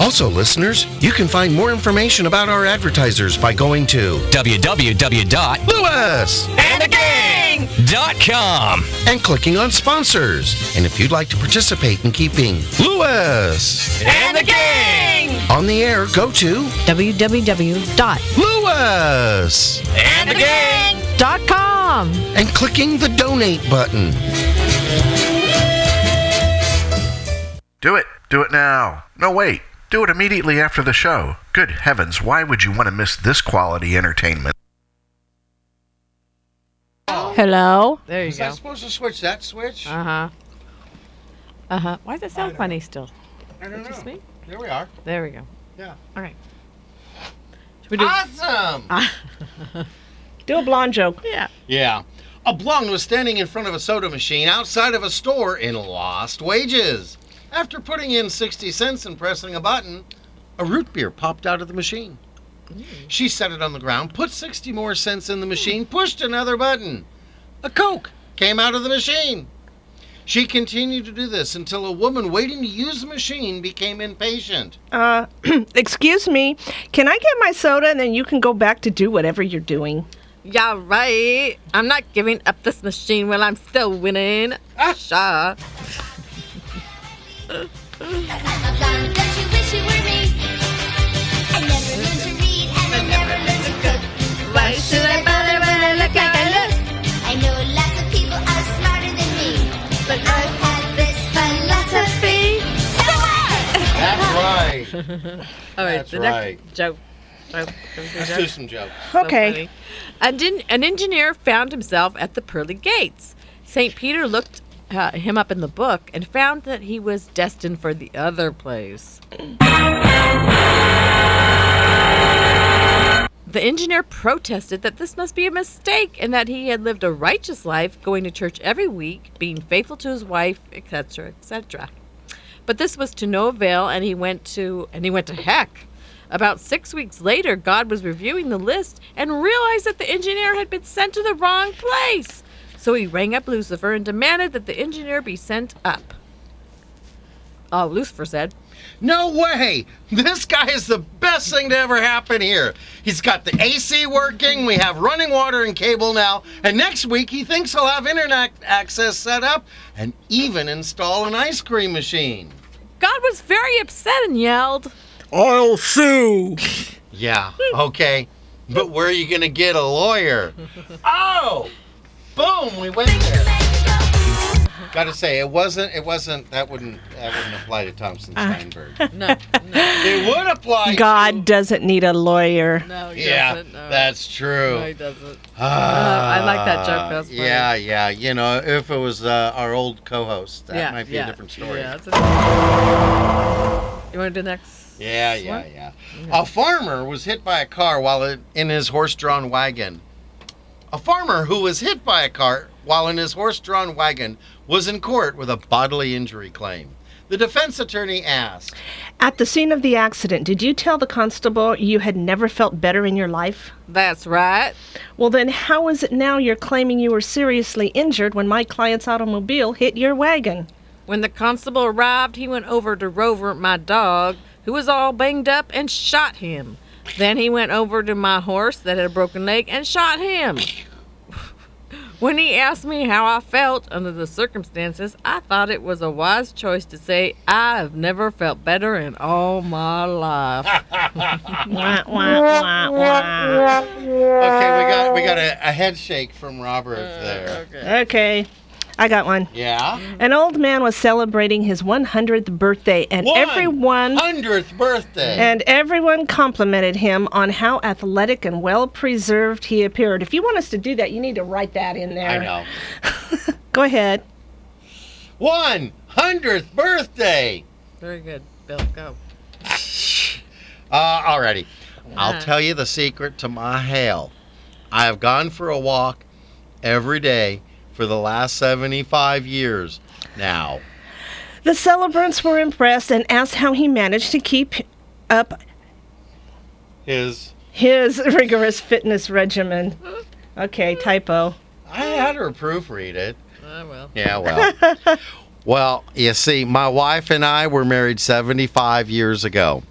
Also, listeners, you can find more information about our advertisers by going to www.lewis Lewis. And the gang! Lewis.com and clicking on sponsors. And if you'd like to participate in keeping Lewis And the gang! on the air, go to www.lewis And the gang! dot com and clicking the donate button. Do it. Do it now. No, wait. Do it immediately after the show. Good heavens, why would you want to miss this quality entertainment? Hello. There you Was I go. supposed to switch that switch? Uh huh. Uh huh. Why does it sound funny still? I don't Just know. me? There we are. There we go. Yeah. Ah! All right. Should Awesome. Do a blonde joke. Yeah. Yeah. A blonde was standing in front of a soda machine outside of a store and lost wages. After putting in 60 cents and pressing a button, a root beer popped out of the machine. She set it on the ground, put 60 more cents in the machine, pushed another button. A Coke came out of the machine. She continued to do this until a woman waiting to use the machine became impatient. Uh, excuse me. Can I get my soda and then you can go back to do whatever you're doing? Yeah, right. I'm not giving up this machine while I'm still winning. Ah! Sure. Don't you wish you were me? I never learned to read and I never learned to cook. Why should I bother when I look like I look? I know lots of people are smarter than me, but I've had this philosophy. So That's right. All right, That's the next right. joke. Joke. Can we Let's a do joke? some jokes. So Okay. funny. An, en- an engineer found himself at the pearly gates. St. Peter looked uh, him up in the book and found that he was destined for the other place. The engineer protested that this must be a mistake and that he had lived a righteous life, going to church every week, being faithful to his wife, etc., etc. But this was to no avail, and he went to and he went to heck. About six weeks later, God was reviewing the list and realized that the engineer had been sent to the wrong place. So he rang up Lucifer and demanded that the engineer be sent up. Oh, Lucifer said, No way! This guy is the best thing to ever happen here. He's got the AC working, we have running water and cable now, and next week he thinks he'll have internet access set up and even install an ice cream machine. God was very upset and yelled, I'll sue! Yeah, okay. But where are you gonna get a lawyer? Oh! Boom, we went there. Gotta say, it wasn't, it wasn't, that wouldn't, that wouldn't apply to Thompson Uh. Steinberg. No. It would apply to God doesn't need a lawyer. No, he Yeah, doesn't. No. that's true. No, he doesn't. Ah, Uh, I like that joke. That was funny. Yeah, yeah. You know, if it was uh, our old co-host, that Yeah, might be yeah, a different story. Yeah, Yeah, it's a- you want to do next? yeah, yeah, one? A farmer was hit by a car while in- in his horse-drawn wagon. A farmer who was hit by a car while in his horse-drawn wagon was in court with a bodily injury claim. The defense attorney asked, At the scene of the accident, did you tell the constable you had never felt better in your life? That's right. Well, then, how is it now you're claiming you were seriously injured when my client's automobile hit your wagon? When the constable arrived, he went over to Rover, my dog, who was all banged up, and shot him. Then he went over to my horse that had a broken leg and shot him. When he asked me how I felt under the circumstances, I thought it was a wise choice to say, I have never felt better in all my life. Ah. Wah, wah, wah, "Okay, we got we got a, a head shake from Robert Uh, there." wah. Okay, I got one. Yeah. An old man was celebrating his 100th birthday, and everyone Hundredth birthday. and everyone complimented him on how athletic and well preserved he appeared. If you want us to do that, you need to write that in there. I know. Go ahead. One hundredth birthday. Very good, Bill. Go. Uh, alrighty. I'll Uh-huh. tell you the secret to my health. I have gone for a walk every day for the last 75 years now. The celebrants were impressed and asked how he managed to keep up His. his rigorous fitness regimen. Okay, typo. I had her proofread it. I will. Yeah, well. well, you see, my wife and I were married 75 years ago.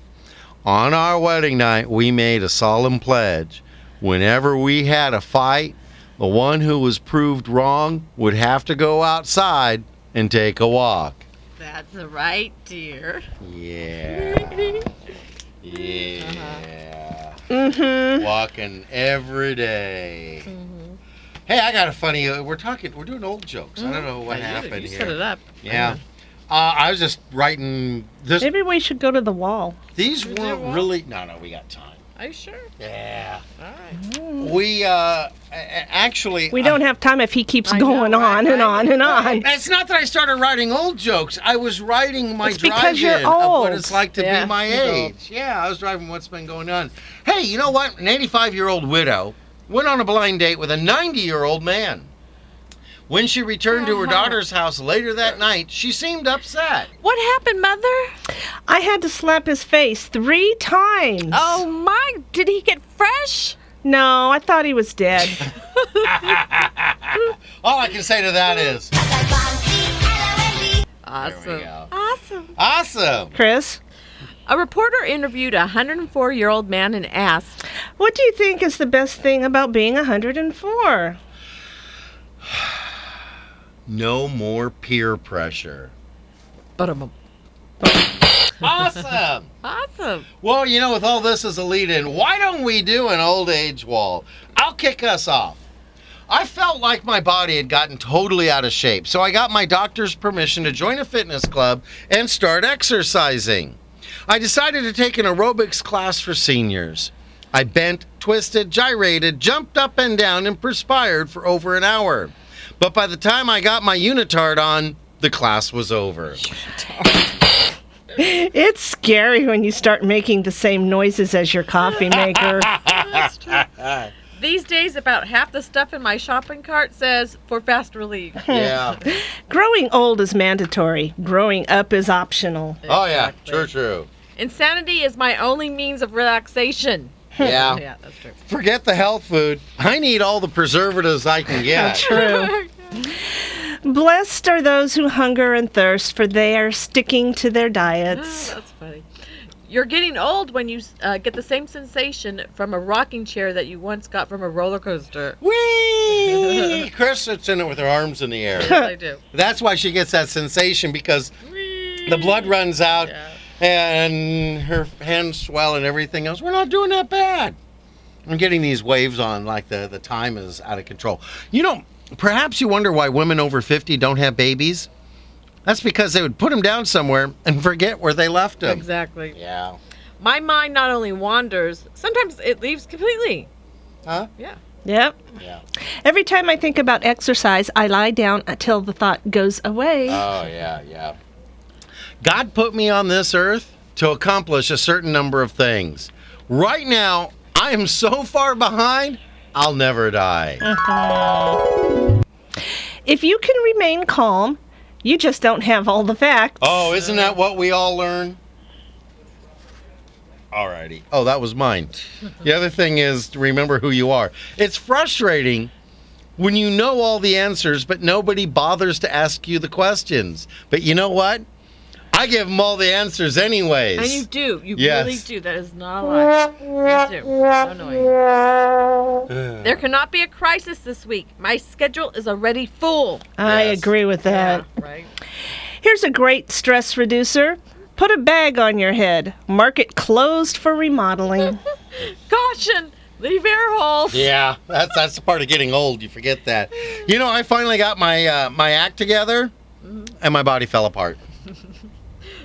On our wedding night, we made a solemn pledge. Whenever we had a fight, The one who was proved wrong would have to go outside and take a walk. That's right, dear. Yeah. Yeah. Mm-hmm. Walking every day. Mm-hmm. Hey, I got a funny. Uh, we're talking. We're doing old jokes. I don't know what Mhm. I did it. happened You here. set it up. Yeah. Uh, I was just writing this. Maybe we should go to the wall. These Is there weren't one? really. No, no, we got time. Are you sure? Yeah. All right. We uh, a- a- actually. We don't have time if he keeps going on and on and on. It's not that I started writing old jokes. I was writing my It's because you're drive-in of what old. it's like to Yeah, be my he's old. age. Yeah, I was driving what's been going on. Hey, you know what? An 85-year-old widow went on a blind date with a 90-year-old man. When she returned Uh-huh. to her daughter's house later that night, she seemed upset. What happened, Mother? I had to slap his face three times. Oh my! Did he get fresh? No, I thought he was dead. All I can say to that is Awesome. Awesome. awesome. Chris? A reporter interviewed a 104 year old man and asked, What do you think is the best thing about being 104? No more peer pressure. But I'm awesome. Awesome. Well, you know, with all this as a lead in, why don't we do an old age wall? I'll kick us off. I felt like my body had gotten totally out of shape, so I got my doctor's permission to join a fitness club and start exercising. I decided to take an aerobics class for seniors. I bent, twisted, gyrated, jumped up and down, and perspired for over an hour. But by the time I got my unitard on, the class was over. It's scary when you start making the same noises as your coffee maker. These days, about half the stuff in my shopping cart says for fast relief. Yeah. Growing old is mandatory, growing up is optional. Oh, yeah. True, true. Insanity is my only means of relaxation. Yeah. yeah, that's true. Forget the health food. I need all the preservatives I can get. True. Blessed are those who hunger and thirst, for they are sticking to their diets. Oh, That's funny. You're getting old when you uh, get the same sensation from a rocking chair that you once got from a roller coaster. Whee! Chris sits in it with her arms in the Yes, air. I do. That's why she gets that sensation because the blood runs out and her hands swell and everything else. We're not doing that bad. I'm getting these waves on like the, the time is out of control. You know, perhaps you wonder why women over 50 don't have babies. That's because they would put them down somewhere and forget where they left them. Exactly. Yeah. My mind not only wanders, sometimes it leaves completely. Huh? Yeah. Yep. Yeah. Every time I think about exercise, I lie down until the thought goes away. Oh, yeah, yeah. God put me on this earth to accomplish a certain number of things. Right now, I am so far behind, I'll never die. If you can remain calm, you just don't have all the facts. Oh, isn't that what we all learn? Alrighty. Oh, that was mine. The other thing is to remember who you are. It's frustrating when you know all the answers, but nobody bothers to ask you the questions. But you know what? I give them all the answers anyways. And you do. You Yes. really do. That is not a lie. You do. So annoying. There cannot be a crisis this week. My schedule is already full. I agree with that. Right? Here's a great stress reducer. Put a bag on your head. Mark it closed for remodeling. Caution! Leave air holes. Yeah, that's that's the part of getting old. You forget that. You know, I finally got my uh, my act together, and my body fell apart.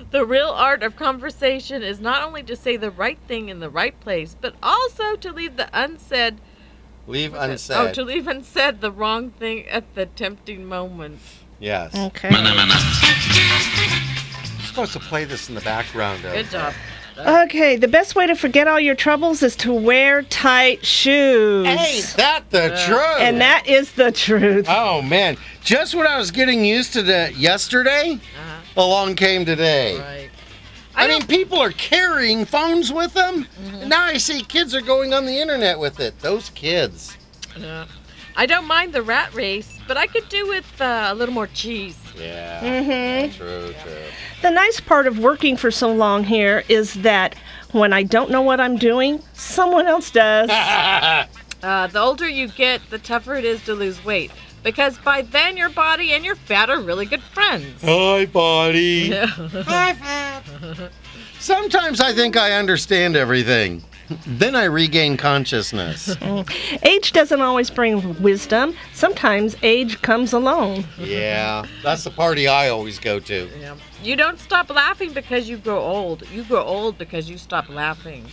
The real art of conversation is not only to say the right thing in the right place, but also to leave the unsaid. Leave Oh, unsaid. to leave unsaid the wrong thing at the tempting moment. yes. Okay. supposed to play this in the background. Of, Good job. okay, the best way to forget all your troubles is to wear tight shoes. Ain't that the truth? And that is the truth. Oh man! Just when I was getting used to that yesterday, along came today. Right. I, mean, people are carrying phones with them. Now I see kids are going on the internet with it. Those kids. Yeah. I don't mind the rat race, but I could do with uh, a little more cheese. Yeah. Mhm. True. True. The nice part of working for so long here is that when I don't know what I'm doing, someone else does. Uh, the older you get, the tougher it is to lose weight because by then your body and your fat are really good friends. Hi, body. Hi, fat. Sometimes I think I understand everything. Then I regain consciousness. Age doesn't always bring wisdom. Sometimes age comes alone. yeah, that's the party I always go to. You don't stop laughing because you grow old. You grow old because you stop laughing.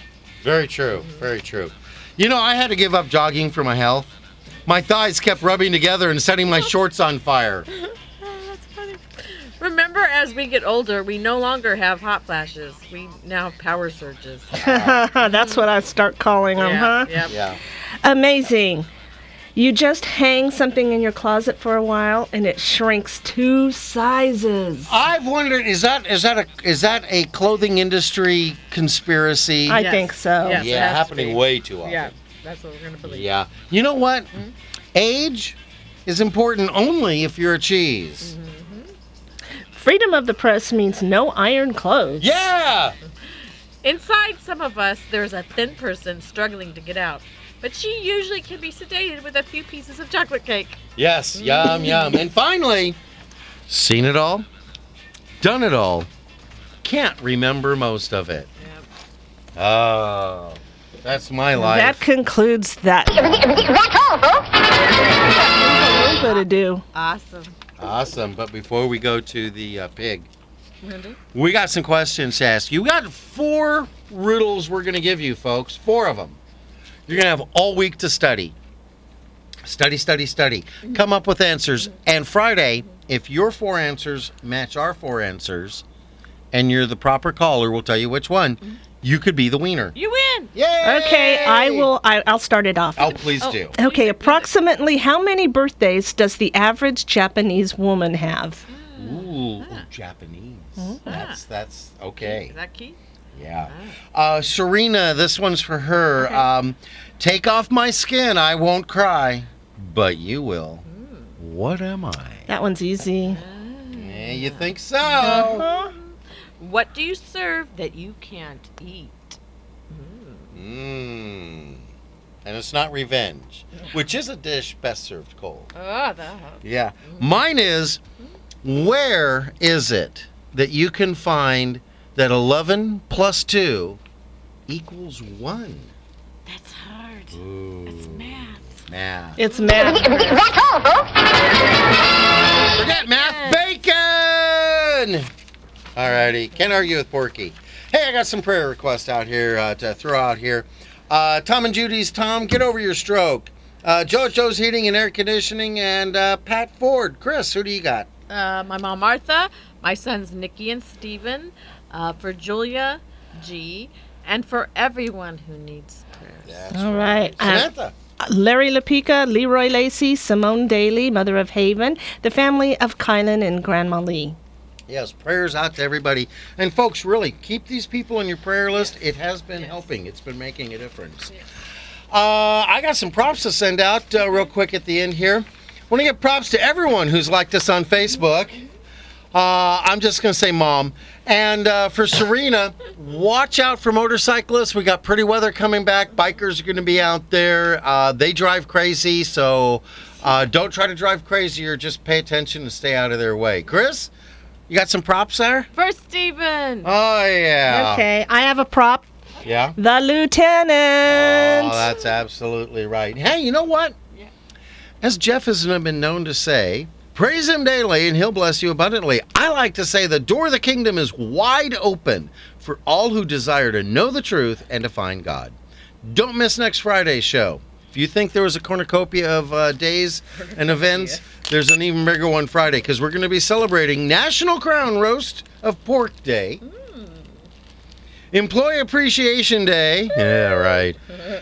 Very true. Very true. You know, I had to give up jogging for my health. My thighs kept rubbing together and setting my shorts on fire. Remember, as we get older, we no longer have hot flashes. We now have power surges. That's what I start calling them, huh? Amazing. You just hang something in your closet for a while and it shrinks two sizes. I've wondered is that is that a is that a clothing industry conspiracy? I Yes. think so. Yes, it yeah, has to happening be. way too often. Yeah, that's what we're gonna believe. Yeah. You know what? Hmm? Age is important only if you're a cheese. Mm-hmm. Freedom of the press means no iron clothes. Yeah. Inside some of us, there's a thin person struggling to get out, but she usually can be sedated with a few pieces of chocolate cake. Yes, yum, yum. And finally, seen it all, done it all, can't remember most of it. Oh, that's my life. That concludes that. That's all, folks. do. Awesome. Awesome. But before we go to the uh, pig, Mindy? we got some questions to ask you. We got four riddles we're going to give you, folks. Four of them. You're going to have all week to study. Study, study, study. Come up with answers. And Friday, if your four answers match our four answers, and you're the proper caller, we'll tell you which one. You could be the wiener. You win. Yay! Okay, I will. I, I'll start it off. Oh, please do. Okay, approximately how many birthdays does the average Japanese woman have? Ooh, oh, Japanese. Hmm? That's that's okay. Is that key? Yeah. Uh, Serena, this one's for her. Um, Take off my skin, I won't cry, but you will. What am I? That one's easy. Yeah, Eh, you think so? Uh, What do you serve that you can't eat? Mmm. And it's not revenge, which is a dish best served cold. Oh, the Yeah. Mine is where is it that you can find that 11 plus 2 equals 1? That's hard. It's math. Math. It's math. Forget math. Bacon! Alrighty. Can't argue with Porky. Hey, I got some prayer requests out here uh, to throw out here. Uh, Tom and Judy's Tom, get over your stroke. Uh, JoJo's Heating and Air Conditioning, and uh, Pat Ford. Chris, who do you got? Uh, my mom Martha, my sons Nikki and Steven, uh, for Julia G, and for everyone who needs prayers. All right. Uh, Samantha. Larry Lapica, Leroy Lacey, Simone Daly, Mother of Haven, the family of Kylan and Grandma Lee. Yes, prayers out to everybody. And folks, really, keep these people on your prayer list. It has been helping, it's been making a difference. Uh, I got some props to send out uh, real quick at the end here. want to give props to everyone who's liked us on Facebook. Uh, I'm just going to say mom. And uh, for Serena, watch out for motorcyclists. We got pretty weather coming back. Bikers are going to be out there. Uh, they drive crazy, so uh, don't try to drive crazy or just pay attention and stay out of their way. Chris, you got some props there? For Steven. Oh, yeah. Okay, I have a prop. Yeah. The lieutenant. Oh, that's absolutely right. Hey, you know what? As Jeff has been known to say, praise him daily and he'll bless you abundantly. I like to say the door of the kingdom is wide open for all who desire to know the truth and to find God. Don't miss next Friday's show. If you think there was a cornucopia of uh, days and events, there's an even bigger one Friday because we're going to be celebrating National Crown Roast of Pork Day. Employee Appreciation Day. Yeah, right.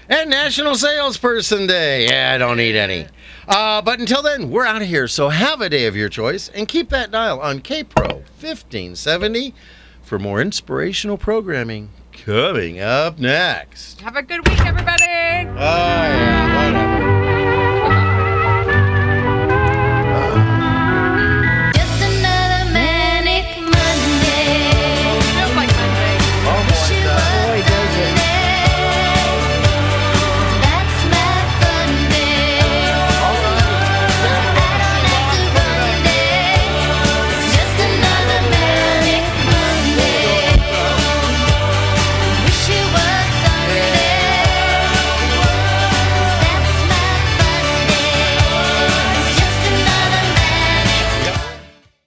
And National Salesperson Day. Yeah, I don't need any. Uh, but until then, we're out of here. So have a day of your choice and keep that dial on KPRO 1570 for more inspirational programming coming up next. Have a good week, everybody. Bye. uh,